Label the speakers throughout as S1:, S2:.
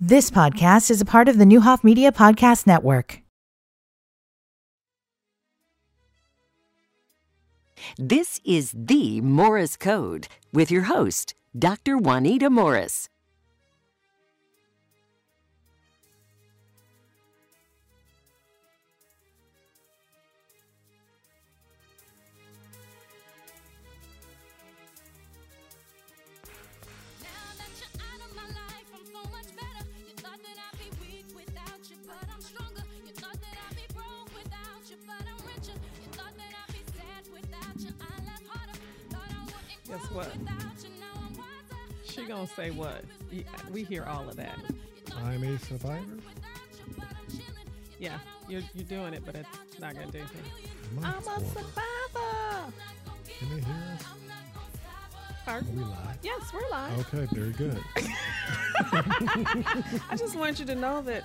S1: This podcast is a part of the Newhoff Media Podcast Network.
S2: This is the Morris Code with your host, Dr. Juanita Morris.
S3: Now that you're out of my life, I'm so much better. You thought that I'd be weak without you, but I'm stronger. You thought that I'd be broke without you, but I'm richer. You thought that I'd be sad without you, I laugh harder. Thought I wouldn't
S4: Guess
S3: grow
S4: what?
S3: without you, now I'm wiser.
S4: She gonna say what? Y- We hear all of that.
S5: I'm a survivor.
S3: Without you, but I'm chilling. You
S4: Yeah, you're, you're doing it, but it's not gonna do anything.
S5: I'm a survivor.
S4: survivor.
S5: Can they hear us? Are we live?
S4: Yes, we're live.
S5: Okay, very good.
S4: I just want you to know that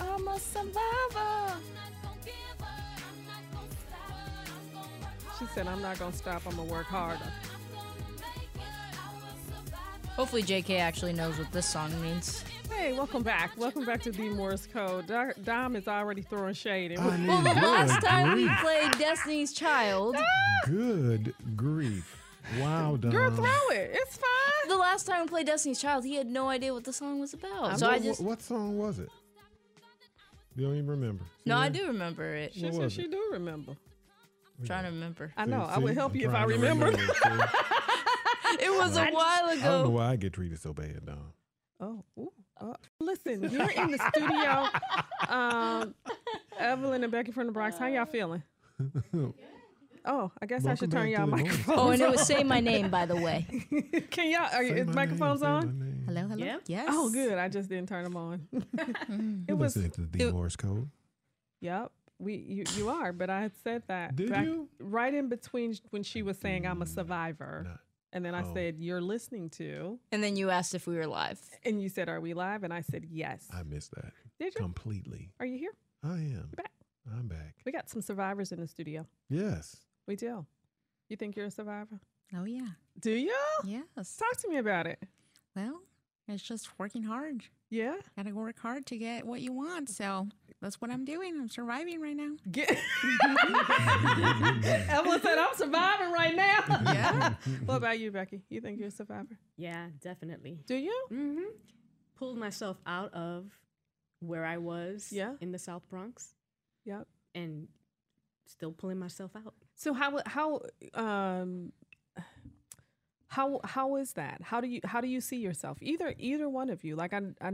S4: I'm a survivor. She said, "I'm not gonna stop. I'm gonna work harder."
S6: Hopefully, JK actually knows what this song means.
S4: Hey, welcome back. Welcome back to the Morris Code. Dar- Dom is already throwing shade.
S5: I mean,
S4: And
S6: Well, the
S5: good
S6: last time we
S5: grief.
S6: played Destiny's Child,
S5: Good grief. Wow, Dom.
S4: Girl, throw it. It's fine.
S6: the last time we played Destiny's Child, he had no idea what the song was about. So
S5: what,
S6: I just.
S5: what, what song was it? You don't even remember.
S6: No, I
S5: Yeah?
S6: do remember it.
S4: She
S5: What
S4: said
S5: was
S4: she
S5: it?
S4: do remember.
S6: I'm trying to remember.
S4: I know. I
S5: See,
S4: would help
S5: I'm
S4: you if I
S5: trying to
S4: remembered.
S5: remember it, see?
S6: It was a while
S5: I don't know
S6: ago.
S5: why I get treated so bad, Dom.
S4: Oh, ooh, uh, listen, you're in the studio. Um, Evelyn and Becky from the Bronx, how y'all feeling? Oh, I guess I should turn
S5: Welcome
S4: y'all
S5: back to the
S6: Oh,
S4: microphones.
S6: and it was Say My Name, by the way.
S4: Can y'all? Are,
S5: Say
S4: is
S5: my
S4: microphones
S5: name, say
S4: on?
S5: my name.
S6: Hello, hello. Yes.
S4: Oh, good. I just didn't turn them on. it
S5: You're
S4: was.
S5: listening to the
S6: it-
S5: Morse code.
S4: Yep. We you, you are, but I had said that.
S5: Did
S4: back-
S5: you?
S4: Right in between when she was saying I'm a survivor,
S5: Not-
S4: and then I
S5: oh.
S4: said you're listening to,
S6: And then you asked if we were live.
S4: and you said are we live? And I said yes.
S5: I missed that
S4: Did you?
S5: completely.
S4: Are you here?
S5: I am.
S4: back.
S5: I'm back.
S4: We got some survivors in the studio.
S5: Yes.
S4: We do. You think you're a survivor?
S7: Oh yeah.
S4: Do you?
S7: Yes.
S4: Talk to me about it.
S7: Well, it's just working hard.
S4: Yeah.
S7: Got to work hard to get what you want. So that's what I'm doing. I'm surviving right now.
S4: Get- Evelyn said, I'm surviving right now.
S7: Yeah.
S4: what about you, Becky? You think you're a survivor?
S8: Yeah, definitely.
S4: Do you?
S8: hmm Pulled myself out of where I was
S4: Yeah.
S8: in the South Bronx
S4: Yep.
S8: and still pulling myself out.
S4: So how how um how how is that? How do you how do you see yourself? Either either one of you. Like I I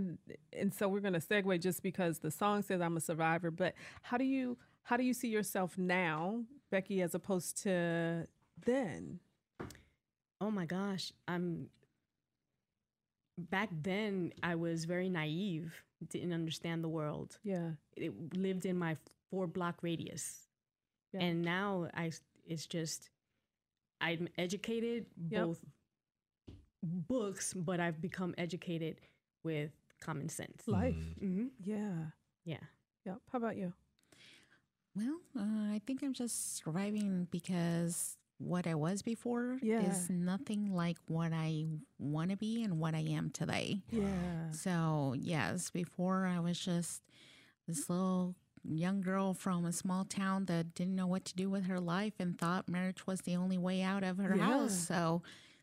S4: and so we're going to segue just because the song says I'm a survivor, but how do you how do you see yourself now, Becky as opposed to then?
S8: Oh my gosh, I'm back then I was very naive, didn't understand the world.
S4: Yeah.
S8: It lived in my four block radius.
S4: Yeah.
S8: And now I s- it's just I'm educated
S4: Yep.
S8: both books, but I've become educated with common sense.
S4: Life.
S8: hmm
S4: Yeah.
S8: Yeah.
S4: Yep. How about you?
S7: Well, uh, I think I'm just surviving because what I was before
S4: Yeah.
S7: is nothing like what I want to be and what I am today.
S4: Yeah.
S7: So, yes, before I was just this little young girl from a small town that didn't know what to do with her life and thought marriage was the only way out of her house. So,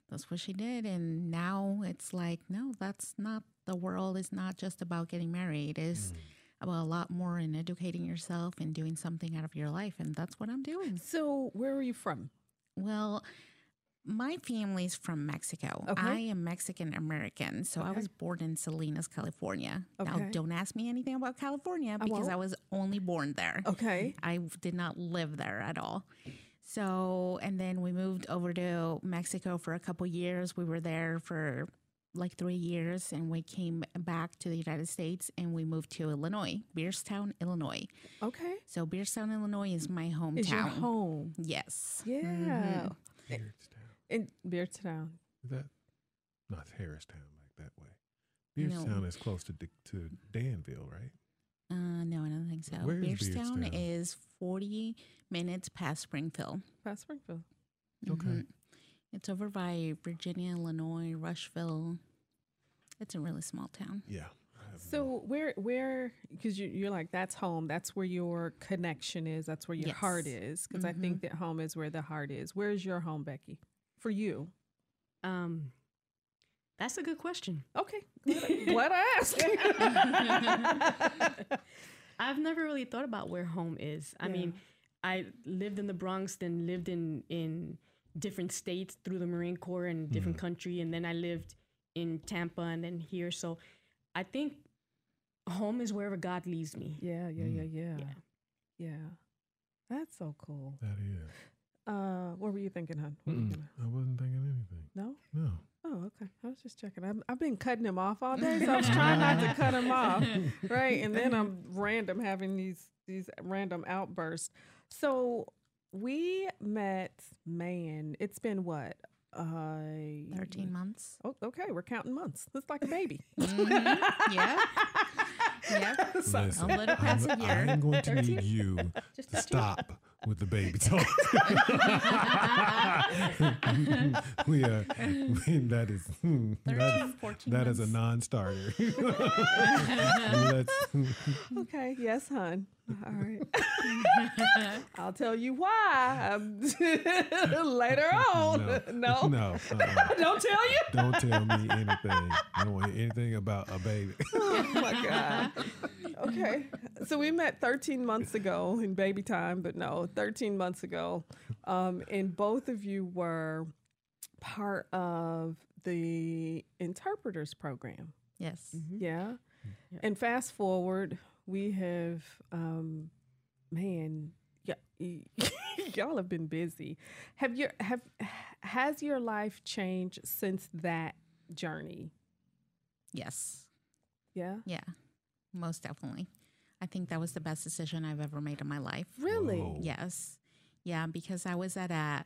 S7: that's what she did. And now it's like, no, that's not the world. It's not just about getting married, it's
S9: Mm.
S5: Mm.
S7: about a lot more in educating yourself and doing something out of your life. And that's what I'm doing.
S4: So, where are you from?
S7: Well, my family's from Mexico.
S4: Okay.
S7: I am Mexican American, so I
S4: Okay.
S7: was born in Salinas, California.
S4: Okay.
S7: Now, don't ask me anything about California
S4: I
S7: because I,
S4: won't.
S7: was only born there.
S4: Okay.
S7: I w- did not live there at all. So, and then we moved over to Mexico for a couple years. We were there for like three years and we came back to the United States and we moved to Illinois, Beerstown, Illinois.
S4: Okay.
S7: So, Beerstown, Illinois is my hometown.
S4: Is your home?
S7: Yes. Mm-hmm.
S4: Yeah. Mm-hmm.
S5: Beardstown.
S4: In Beardstown.
S5: Is that no, it's Harristown, like that way.
S7: No.
S5: Beardstown is close to D- to Danville, right?
S7: Uh, no, I don't think so.
S5: Where is
S7: Beardstown
S5: Beardstown?
S7: is 40 minutes past Springfield.
S4: Past Springfield.
S5: Okay.
S7: Mhm. It's over by Virginia, Illinois, Rushville. It's a really small town.
S9: Yeah. I have no-
S4: So where where because you, you're like that's home. That's where your connection is. That's where your heart
S7: Yes.
S4: is. Because I think that home is where the heart is. Where is your home, Becky? For you.
S8: Um, that's a good question.
S4: Okay. Glad I- glad I asked.
S8: I've never really thought about where home is. I mean, I lived in the Bronx, then lived in in different states through the Marine Corps and
S4: Mm-hmm.
S8: different country, and then I lived in Tampa and then here. So, I think home is wherever God leads me.
S4: yeah, yeah, yeah, yeah,
S8: Yeah.
S4: yeah. That's so cool.
S9: that is.
S4: Uh, what were you thinking, hon? What were you gonna-
S9: I wasn't thinking anything.
S4: No.
S9: No.
S4: Oh, okay. I was just checking. I've, I've been cutting him off all day, so I was trying not to cut him off, right? And then I'm random having these these random outbursts. So we met, man. It's been what? Uh,
S7: 13 months.
S4: Oh, okay. We're counting months. It's like a baby.
S7: yeah. Yep.
S9: Listen,
S7: little
S9: I'm-
S7: past a
S9: I
S7: year.
S9: am going to need you to stop with the baby talk. we are, we, that is, hmm, that, is-
S7: 14
S9: that is a
S7: months.
S9: non-starter. Let's,
S4: okay. Yes, hon. All right. I'll tell you why um, later on. No.
S9: no, uh-uh.
S4: Don't tell you.
S9: don't tell me anything. I don't want to hear anything about a baby.
S4: Oh my god. Okay. So we met 13 months ago in baby time, but no, 13 months ago. Um, and both of you were part of the interpreters program.
S7: Yes.
S4: Mm-hmm. Yeah. And fast forward, we have, um, man, y- y- y'all have been busy. Have your have has your life changed since that journey?
S7: Yes.
S4: Yeah.
S7: Yeah. Most definitely. I think that was the best decision I've ever made in my life.
S4: Really?
S9: Whoa.
S7: Yes. Yeah, because I was at a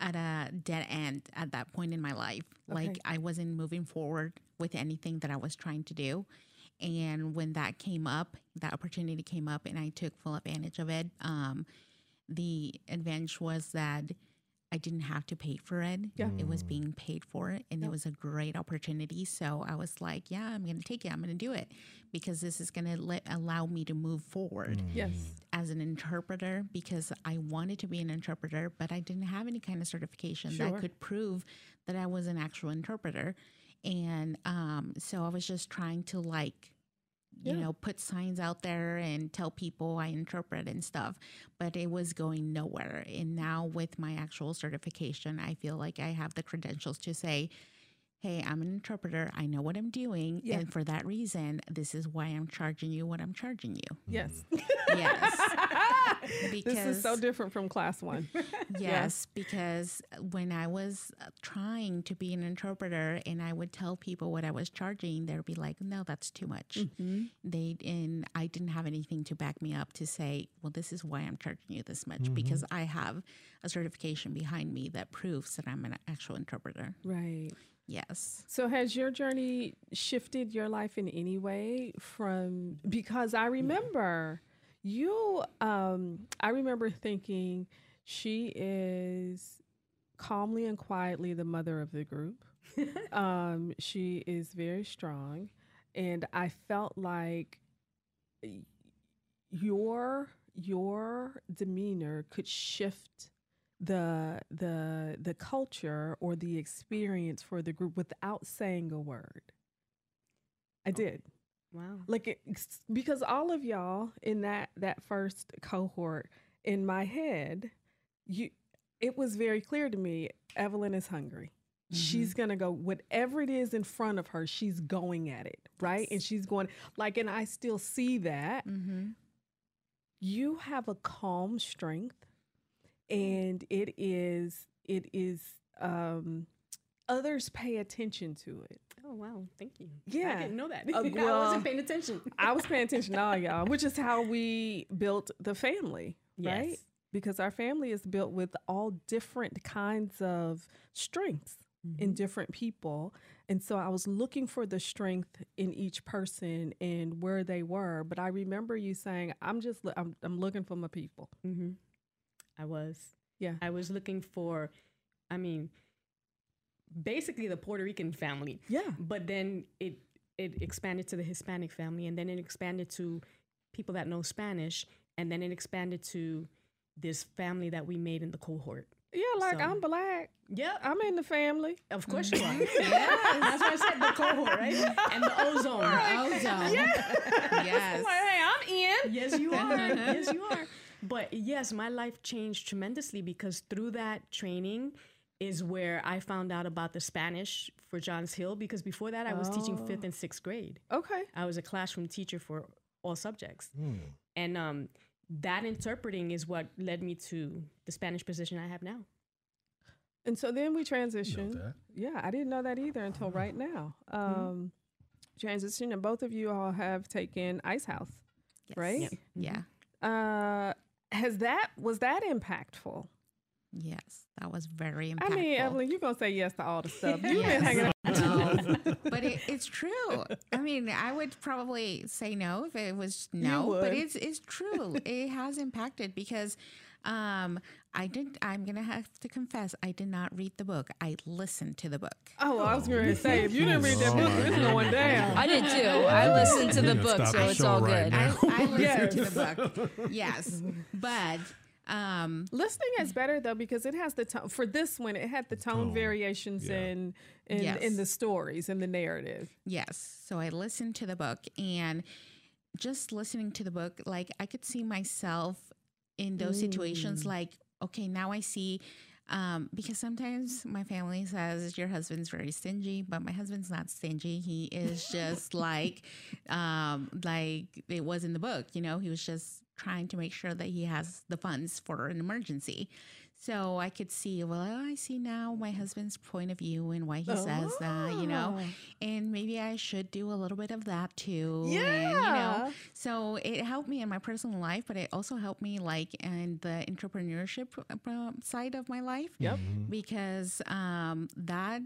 S7: at a dead end at that point in my life. Like
S4: Okay.
S7: I wasn't moving forward with anything that I was trying to do. And when that came up, that opportunity came up and I took full advantage of it. Um the advantage was that I didn't have to pay for it.
S4: Yeah.
S7: It was being paid for and it was a great opportunity. So I was like, yeah, I'm going to take it. I'm going to do it because this is going to let allow me to move forward
S4: Yes.
S7: as an interpreter because I wanted to be an interpreter, but I didn't have any kind of certification that could prove that I was an actual interpreter. And um, so I was just trying to like, you know, put signs out there and tell people I interpret and stuff, but it was going nowhere. And now with my actual certification, I feel like I have the credentials to say, hey, I'm an interpreter. I know what I'm doing.
S4: Yeah.
S7: And for that reason, this is why I'm charging you what I'm charging you.
S4: Yes.
S7: Mm-hmm. Yes.
S4: this is so
S7: Because-
S4: different from class one.
S7: Yes, because when I was uh, trying to be an interpreter and I would tell people what I was charging, they'd be like, "No, that's too much." They and I didn't have anything to back me up to say, "Well, this is why I'm charging you this much because I have a certification behind me that proves that I'm an actual interpreter."
S4: right.
S7: Yes.
S4: So has your journey shifted your life in any way from because I remember you um I remember thinking she is calmly and quietly the mother of the group. um she is very strong and I felt like y- your your demeanor could shift the the the culture or the experience for the group without saying a word. I did.
S8: Wow.
S4: Like it, s- because all of y'all in that that first cohort in my head, you it was very clear to me Evelyn is hungry. She's going to go whatever it is in front of her, she's going at it, right? And she's going like and I still see that
S7: Mm-hmm.
S4: you have a calm strength and it is it is um others pay attention to it
S8: Oh wow. Thank you.
S4: Yeah.
S8: I didn't know that.
S4: Uh,
S8: I
S4: well,
S8: wasn't paying attention.
S4: i was paying attention to all y'all which is how we built the family right
S8: Yes.
S4: because our family is built with all different kinds of strengths in
S8: Mm-hmm.
S4: different people and so i was looking for the strength in each person and where they were but i remember you saying i'm just lo- i'm, I'm looking for my people
S8: Mm-hmm. I was.
S4: yeah
S8: I was looking for, I mean, basically the Puerto Rican family.
S4: Yeah.
S8: But then it it expanded to the Hispanic family, and then it expanded to people that know Spanish, and then it expanded to this family that we made in the cohort.
S4: Yeah, like
S8: So-
S4: I'm black.
S8: Yep.
S4: I'm in the family.
S8: Of course you are. That's what I said. The cohort, right? And the ozone.
S6: Oh,
S7: Ozone. yes.
S4: Like, hey, I'm in.
S8: Yes, you are. yes, you are. But yes, my life changed tremendously because through that training is where I found out about the Spanish for Johns Hill because before that I was teaching fifth and sixth grade.
S4: Okay.
S8: I was a classroom teacher for all subjects. And um, that interpreting is what led me to the Spanish position I have now.
S4: And so then we transitioned.
S9: that. Uh-huh.
S4: Yeah, I didn't know that either until right now. Um, Transition, and both of you all have taken Ice House, right?
S7: Yes. Yeah.
S4: Uh, has that was that impactful?
S7: Yes. That was very impactful.
S4: I mean, Evelyn, you're gonna say yes to all the stuff. You've been
S7: Yes.
S4: hanging out.
S7: No, but it, it's true. I mean, I would probably say no if it was no,
S4: would.
S7: but it's it's true. it has impacted because um, I did. I'm gonna have to confess, I did not read the book. I listened to the book.
S4: Oh, I was gonna say if you didn't read that
S9: Oh
S4: book,
S9: my
S4: it's going down.
S6: I did too. I listened to the
S9: Yeah,
S6: book,
S9: stop
S6: so
S9: the
S6: it's
S9: show
S6: all
S9: right
S6: good.
S9: now.
S7: I, I listened to the book. Yes, but um,
S4: Listening is better though because it has the tone for this one. It had the tone,
S9: Tone,
S4: variations
S9: yeah.
S4: in in, in
S7: Yes.
S4: the stories and the narrative.
S7: Yes. So I listened to the book and just listening to the book, like I could see myself in those situations. Like, okay, now I see. Um, because sometimes my family says your husband's very stingy, but my husband's not stingy. He is just like, um, like it was in the book. You know, he was just trying to make sure that he has the funds for an emergency. So I could see, well, I see now my husband's point of view and why he says that. You
S4: Oh.
S7: know, and maybe I should do a little bit of that too. And, you
S4: Yeah.
S7: know, so it helped me in my personal life, but it also helped me like in the entrepreneurship uh, side of my life.
S4: Yep.
S9: Mm-hmm.
S7: Because um, that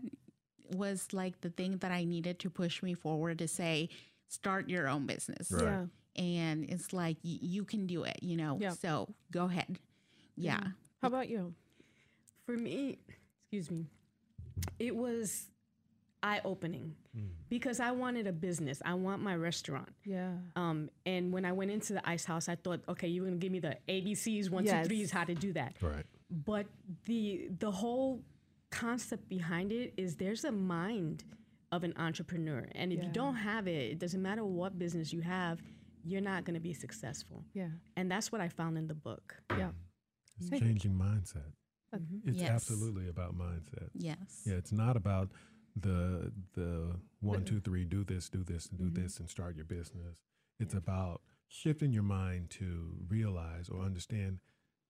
S7: was like the thing that I needed to push me forward to say, start your own business.
S9: Right. Yeah.
S7: And it's like, y- you can do it, you know?
S4: Yep.
S7: So go ahead. Yeah.
S4: How about you?
S8: for me, excuse me, it was eye opening because I wanted a business. I want my restaurant.
S4: Yeah.
S8: Um, and when I went into the ice house, I thought, okay, you're gonna give me the ABCs, one, two, threes,
S4: Yes.
S8: how to do that.
S9: Right.
S8: But the the whole concept behind it is there's a mind of an entrepreneur, and if you don't have it, it doesn't matter what business you have, you're not gonna be successful.
S4: Yeah.
S8: And that's what I found in the book.
S4: Yeah.
S9: It's
S4: Hey.
S9: changing mindset.
S4: Mm-hmm.
S9: It's
S7: Yes.
S9: absolutely about mindset.
S7: Yes.
S9: Yeah, it's not about the the one, two, three, do this, do this, do
S4: Mm-hmm.
S9: this, and start your business. It's about shifting your mind to realize or understand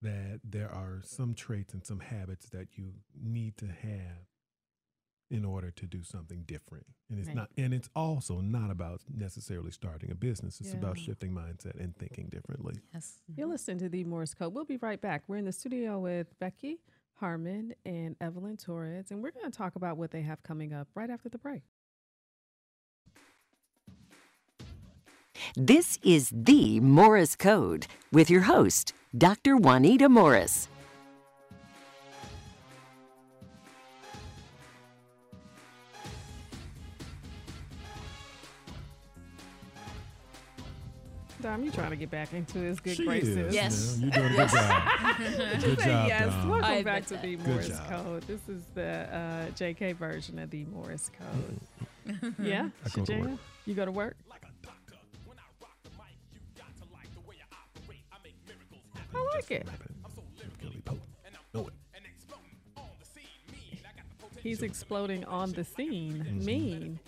S9: that there are some traits and some habits that you need to have in order to do something different. And it's
S8: Right.
S9: not and it's also not about necessarily starting a business. It's
S4: Yeah.
S9: about shifting mindset and thinking differently.
S7: Yes.
S4: You're listening to the Morse Code. We'll be right back. We're in the studio with Becky Harmon and Evelyn Torres, and we're going to talk about what they have coming up right after the break.
S2: This is the Morris Code with your host, Dr. Juanita Morris.
S4: Dom, you trying to get back into this good
S9: She
S4: graces?
S9: is,
S6: Yes.
S9: man. You're doing a good job. good
S4: Say
S9: job,
S4: yes.
S9: Dom.
S4: Welcome
S6: I
S4: back
S6: admit
S4: to
S6: that.
S4: the
S9: Good
S4: Morris
S9: job.
S4: Code. This is the uh, JK version of the Morris Code. yeah,
S9: I go to
S4: Shajana?
S9: work.
S4: You go to work. I like it.
S9: Know it.
S4: He's exploding on the scene. Mean.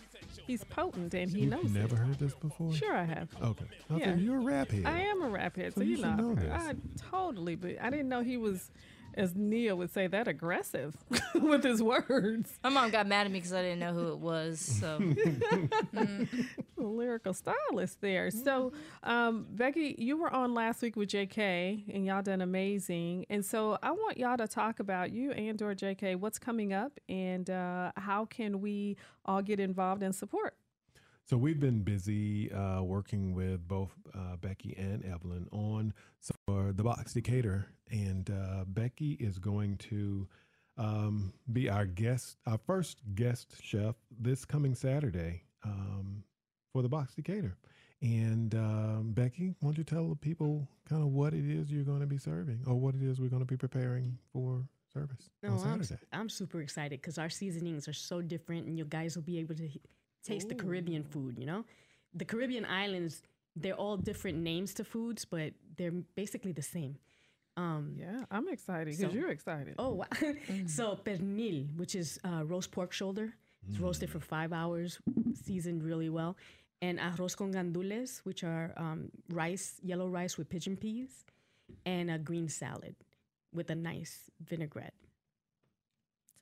S4: He's potent and he
S9: Mm-hmm. You
S4: knows
S9: never
S4: it.
S9: heard this before?
S4: Sure, I have.
S9: Okay. I
S4: Yeah.
S9: yeah. you're a rap head.
S4: I am a rap head, so
S9: you
S4: you
S9: should
S4: know.
S9: know
S4: I've-
S9: this.
S4: I totally, but I didn't know he was, as Neil would say, that aggressive with his words.
S6: My mom got mad at me because I didn't know who it was. So
S4: A lyrical stylist there. So, um, Becky, you were on last week with JK, and y'all done amazing. And so, I want y'all to talk about you and or JK, what's coming up, and uh, how can we all get involved and support?
S9: So we've been busy uh, working with both uh, Becky and Evelyn on so for the box Decatur, and uh, Becky is going to um, be our guest, our first guest chef this coming Saturday um, for the Box Decatur. And um, Becky, why don't you tell the people kind of what it is you're going to be serving or what it is we're going to be preparing for service
S8: No,
S9: on
S8: I'm,
S9: Oh, Saturday?
S8: I'm super excited because our seasonings are so different, and you guys will be able to he- taste the Caribbean food. You know, the Caribbean islands they're all different names to foods, but they're basically the same. Um,
S4: Yeah, I'm excited because
S8: So-
S4: you're excited.
S8: Oh, wow. so pernil, which is uh, roast pork shoulder. It's roasted for five hours, seasoned really well. And arroz con gandules, which are um, rice, yellow rice with pigeon peas, and a green salad with a nice vinaigrette.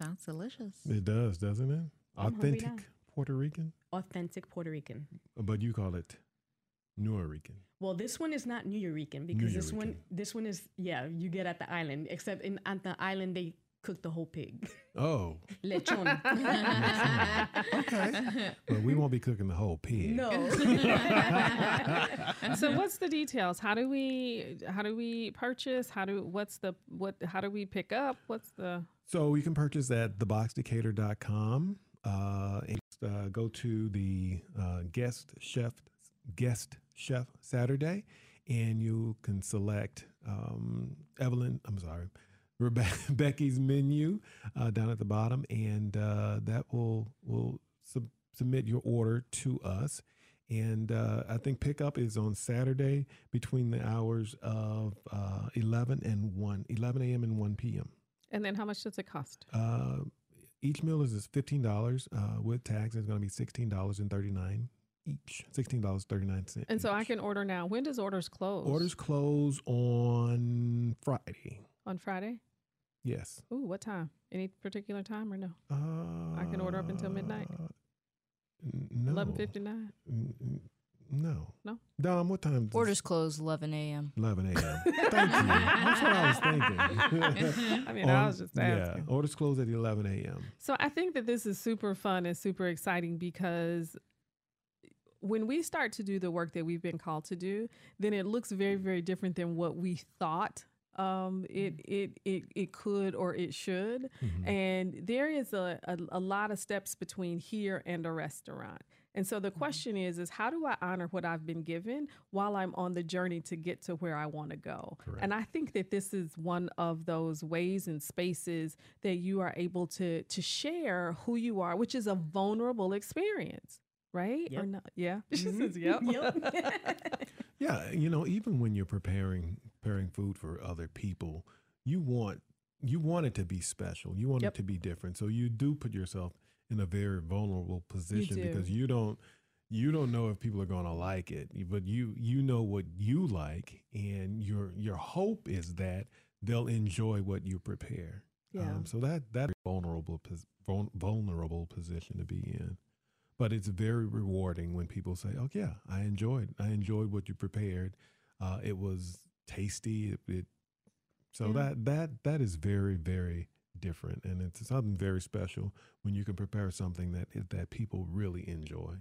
S7: Sounds delicious.
S9: It does, doesn't it?
S8: I'm hungry
S9: Authentic
S8: now.
S9: Puerto Rican,
S8: Authentic Puerto Rican.
S9: but you call it New Rican.
S8: Well, this one is not New Eurecan because this one,
S9: Eurecan.
S8: this one is yeah, you get at the island. Except in at the island they cook the whole pig,
S9: Oh,
S8: lechon.
S9: okay. well, we won't be cooking the whole pig.
S8: no,
S4: so
S9: Uh-huh.
S4: what's the details? How do we how do we purchase? How do what's the what how do we pick up? What's the
S9: So you can purchase at theboxdecatur.com. Uh, and uh, go to the uh, guest chef guest chef Saturday, and you can select um, Evelyn. I'm sorry, Rebe- Becky's menu uh, down at the bottom, and uh, that will will sub- submit your order to us. And uh, I think pickup is on Saturday between the hours of uh, 11 and 1, 11 a.m. and 1 p.m.
S4: and then how much does it cost?
S9: Uh, each meal is is fifteen dollars uh, with tax. It's going to be sixteen dollars and thirty nine each. Sixteen dollars thirty nine cents.
S4: And so I can order now. When does orders close?
S9: orders close on Friday.
S4: on Friday?
S9: Yes,
S4: Ooh, what time? Any particular time or no?
S9: uh,
S4: can order up until midnight.
S9: n- No,
S4: Eleven fifty nine.
S9: N- n- No,
S4: No?
S9: Dom, what time? does-
S6: Orders close 11 a.m.
S9: Eleven a.m. Thank you. That's what I was thinking.
S4: I mean, I was just asking.
S9: Yeah, orders close at eleven a.m.
S4: So I think that this is super fun and super exciting because when we start to do the work that we've been called to do, then it looks very, very different than what we thought um, it
S9: Mm.
S4: it it it could or it should.
S9: Mm-hmm.
S4: And there is a, a a lot of steps between here and a restaurant. And so the question is is how do I honor what I've been given while I'm on the journey to get to where I want to go? And I think that this is one of those ways and spaces that you are able to to share who you are, which is a vulnerable experience, right? Or
S8: Yep. Mm-hmm.
S4: not? Yeah. She says, yep.
S9: Yeah, you know, even when you're preparing preparing food for other people, you want you want it to be special. You want
S4: Yep.
S9: it to be different. So you do put yourself in a very vulnerable position
S4: do.
S9: because you don't you don't know if people are going to like it, but you you know what you like and your your hope is that they'll enjoy what you prepare.
S4: Yeah.
S9: Um, so that that vulnerable pos- vul- vulnerable position to be in but it's very rewarding when people say, "Oh yeah, I enjoyed. I enjoyed what you prepared. Uh, it was tasty. It, it so that that that is very very different, and it's something very special when you can prepare something that that people really enjoy.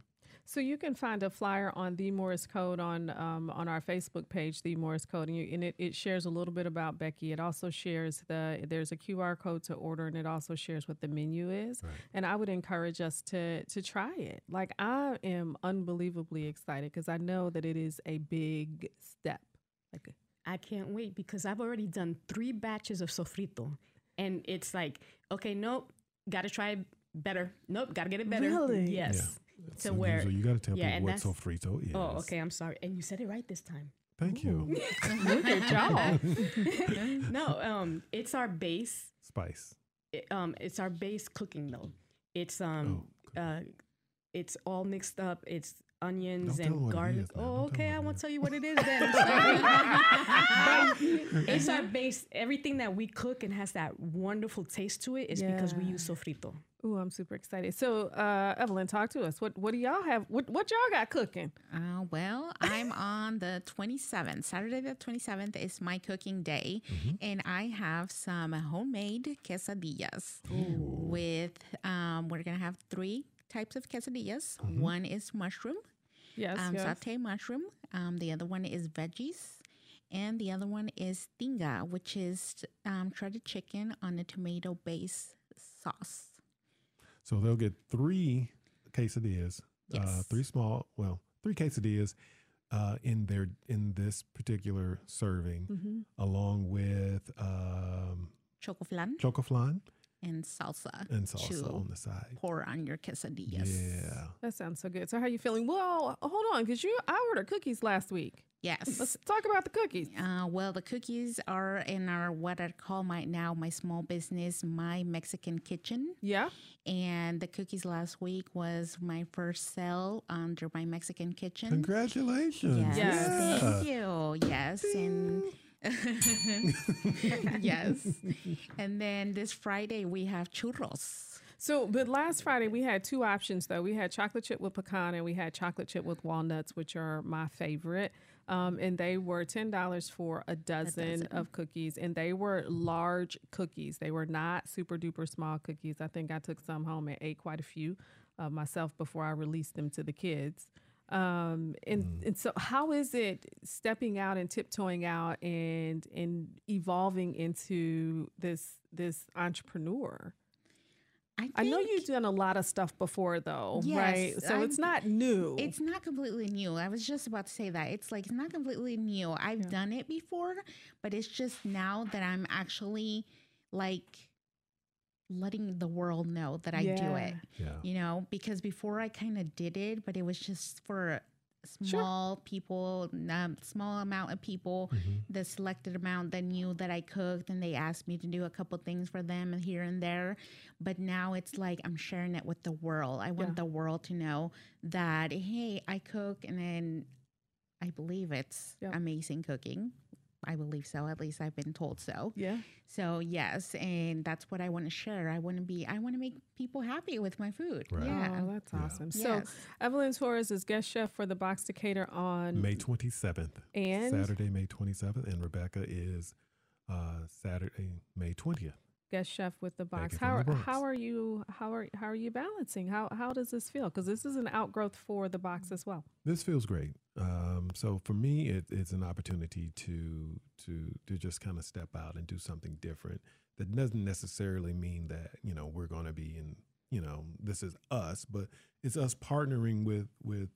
S4: So you can find a flyer on the Morris Code on um, on our Facebook page, the Morris Code, and, you, and it, it shares a little bit about Becky. It also shares the there's a QR code to order, and it also shares what the menu is. And I would encourage us to to try it. Like I am unbelievably excited because I know that it is a big step. Like
S8: I can't wait because I've already done three batches of sofrito, and it's like, okay, nope, gotta try it better. Nope, gotta get it better.
S4: Really?
S8: Yes.
S9: So
S8: To where?
S9: so you got to tell
S8: yeah,
S9: people
S8: and
S9: what
S8: that's-
S9: sofrito is.
S8: Oh, okay. I'm sorry. And you said it right this time.
S9: Thank you.
S4: look at y'all.
S8: no, um, it's our base.
S9: Spice.
S8: It, um, it's our base cooking though. It's um,
S9: Oh, cooking.
S8: uh, it's all mixed up. It's onions
S9: Don't tell them
S8: and
S9: what it
S8: garlic.
S9: is, man. Don't
S8: oh,
S9: tell
S8: okay.
S9: them
S8: I
S9: what it
S8: won't
S9: is.
S8: tell you what it is then. I'm sorry. But it's our base. Everything that we cook and has that wonderful taste to it is because we
S4: Yeah.
S8: use sofrito.
S4: Ooh, I'm super excited. So uh, Evelyn, talk to us. What what do y'all have? What what y'all got cooking?
S7: Uh, well, I'm on the 27th. Saturday the 27th is my cooking day,
S9: Mm-hmm.
S7: and I have some homemade quesadillas with um, we're gonna have three types of quesadillas.
S9: Mm-hmm.
S7: One is mushroom,
S4: Yes,
S7: um,
S4: yes.
S7: saute mushroom. Um, the other one is veggies, and the other one is tinga, which is um, shredded chicken on a tomato base sauce.
S9: So they'll get three quesadillas, uh,
S7: Yes.
S9: three small, well, three quesadillas uh, in their in this particular serving,
S7: Mm-hmm.
S9: along with um,
S7: Choco flan
S9: choco flan
S7: and salsa.
S9: and salsa
S7: to
S9: on the side.
S7: pour on your quesadillas.
S9: Yeah,
S4: That sounds so good. So how you feeling? Well, hold on, because you I ordered cookies last week.
S7: Yes.
S4: Let's talk about the cookies.
S7: Uh, well, the cookies are in our what I call my now my small business, my Mexican kitchen.
S4: Yeah.
S7: And the cookies last week was my first sale under my Mexican kitchen.
S9: congratulations!
S7: Yes.
S4: Yes.
S9: Yeah.
S7: Thank you. Yes. And yes. And then this Friday we have churros.
S4: So, but last Friday we had two options though. We had chocolate chip with pecan and we had chocolate chip with walnuts, which are my favorite. Um, and they were ten dollars for a dozen, of cookies, and they were large cookies. They were not super duper small cookies. I think I took some home and ate quite a few uh, myself before I released them to the kids. Um, and and so, how is it stepping out and tiptoeing out and and evolving into this this entrepreneur?
S7: I, think
S4: I know you've done a lot of stuff before, though,
S7: Yes,
S4: right? So
S7: I'm-
S4: it's not new.
S7: It's not completely new. I was just about to say that. It's like it's not completely new. I've done it before, but it's just now that I'm actually like letting the world know that I do it.
S4: Yeah.
S9: Yeah.
S7: You know, because before I kind of did it, but it was just for small people, um, small amount of people,
S9: Mm-hmm.
S7: the selected amount that knew that I cooked, and they asked me to do a couple things for them and here and there. But now it's like I'm sharing it with the world. I want
S4: Yeah.
S7: the world to know that hey, I cook, and then I believe it's
S4: Yep.
S7: amazing cooking. I believe so. At least I've been told so.
S4: yeah.
S7: So yes, and that's what I want to share. I want to be. I want to make people happy with my food.
S9: Right.
S7: Yeah.
S4: Oh, that's awesome. So
S7: Yes.
S4: Evelyn Torres is guest chef for the Box Decatur on
S9: May 27th.
S4: And?
S9: Saturday, May 27th. And Rebecca is uh, Saturday, May 20th.
S4: guest chef with the box.
S9: you
S4: How
S9: from
S4: are,
S9: the Bronx.
S4: how are you? How are how are you balancing? How how does this feel? Because this is an outgrowth for the box as well.
S9: This feels great. Um, so for me, it, it's an opportunity to to to just kind of step out and do something different. That doesn't necessarily mean that you know we're going to be in you know this is us, but it's us partnering with with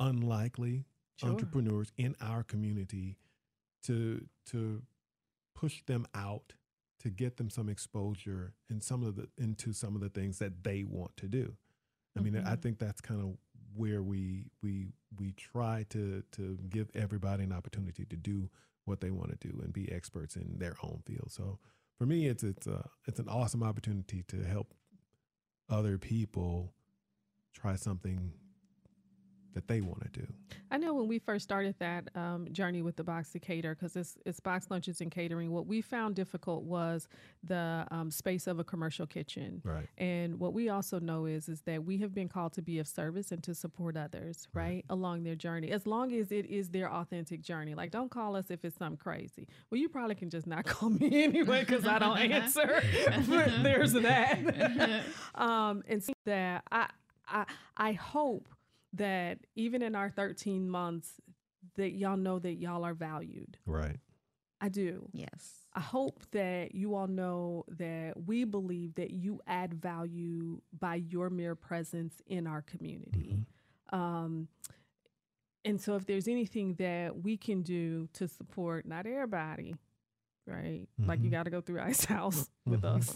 S9: unlikely
S4: Sure.
S9: entrepreneurs in our community to to push them out to get them some exposure in some of the into some of the things that they want to do. I mean, I think that's kind of where we we we try to to give everybody an opportunity to do what they want to do and be experts in their own field. So for me, it's it's a it's an awesome opportunity to help other people try something that they want to do.
S4: I know when we first started that um, journey with the box to cater, because it's, it's box lunches and catering, what we found difficult was the um, space of a commercial kitchen.
S9: Right.
S4: And what we also know is is that we have been called to be of service and to support others, right, along their journey. As long as it is their authentic journey. Like, don't call us if it's something crazy. Well, you probably can just not call me anyway because I don't answer. but there's that. um, and so that I, I I hope that even in our 13 months that y'all know that y'all are valued.
S9: Right.
S4: I do.
S7: Yes.
S4: I hope that you all know that we believe that you add value by your mere presence in our community. Um, and so, if there's anything that we can do to support not everybody, right? Like you got to go through Ice House with us.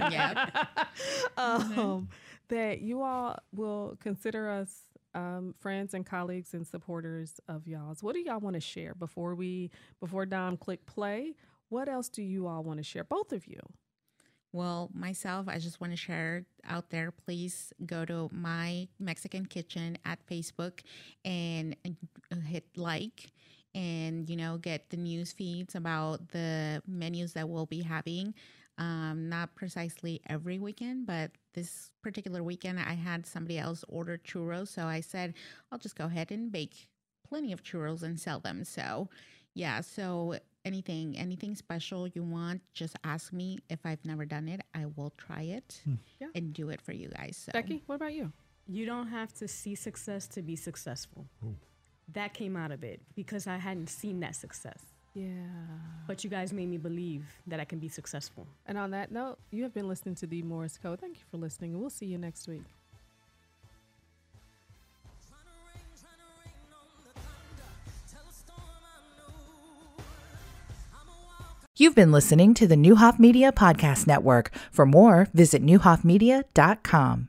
S4: um, That you all will consider us um, friends and colleagues and supporters of y'all's. What do y'all want to share before we before Dom click play? What else do you all want to share? Both of you.
S7: Well, myself, I just want to share out there. Please go to my Mexican kitchen at Facebook and uh, hit like, and you know get the news feeds about the menus that we'll be having. Um, not precisely every weekend, but this particular weekend, I had somebody else order churros, so I said I'll just go ahead and bake plenty of churros and sell them. So, yeah, so anything, anything special you want, just ask me. If I've never done it, I will try it
S4: Yeah.
S7: and do it for you guys. So,
S4: Becky, what about you?
S8: you don't have to see
S9: Oh.
S8: success to be successful. That came out of it because I hadn't seen that success.
S4: Yeah.
S8: But you guys made me believe that I can be successful.
S4: And on that note, you have been listening to The Morris Code. Thank you for listening, and we'll see you next week.
S1: You've been listening to the Newhoff Media Podcast Network. For more, visit newhoffmedia.com.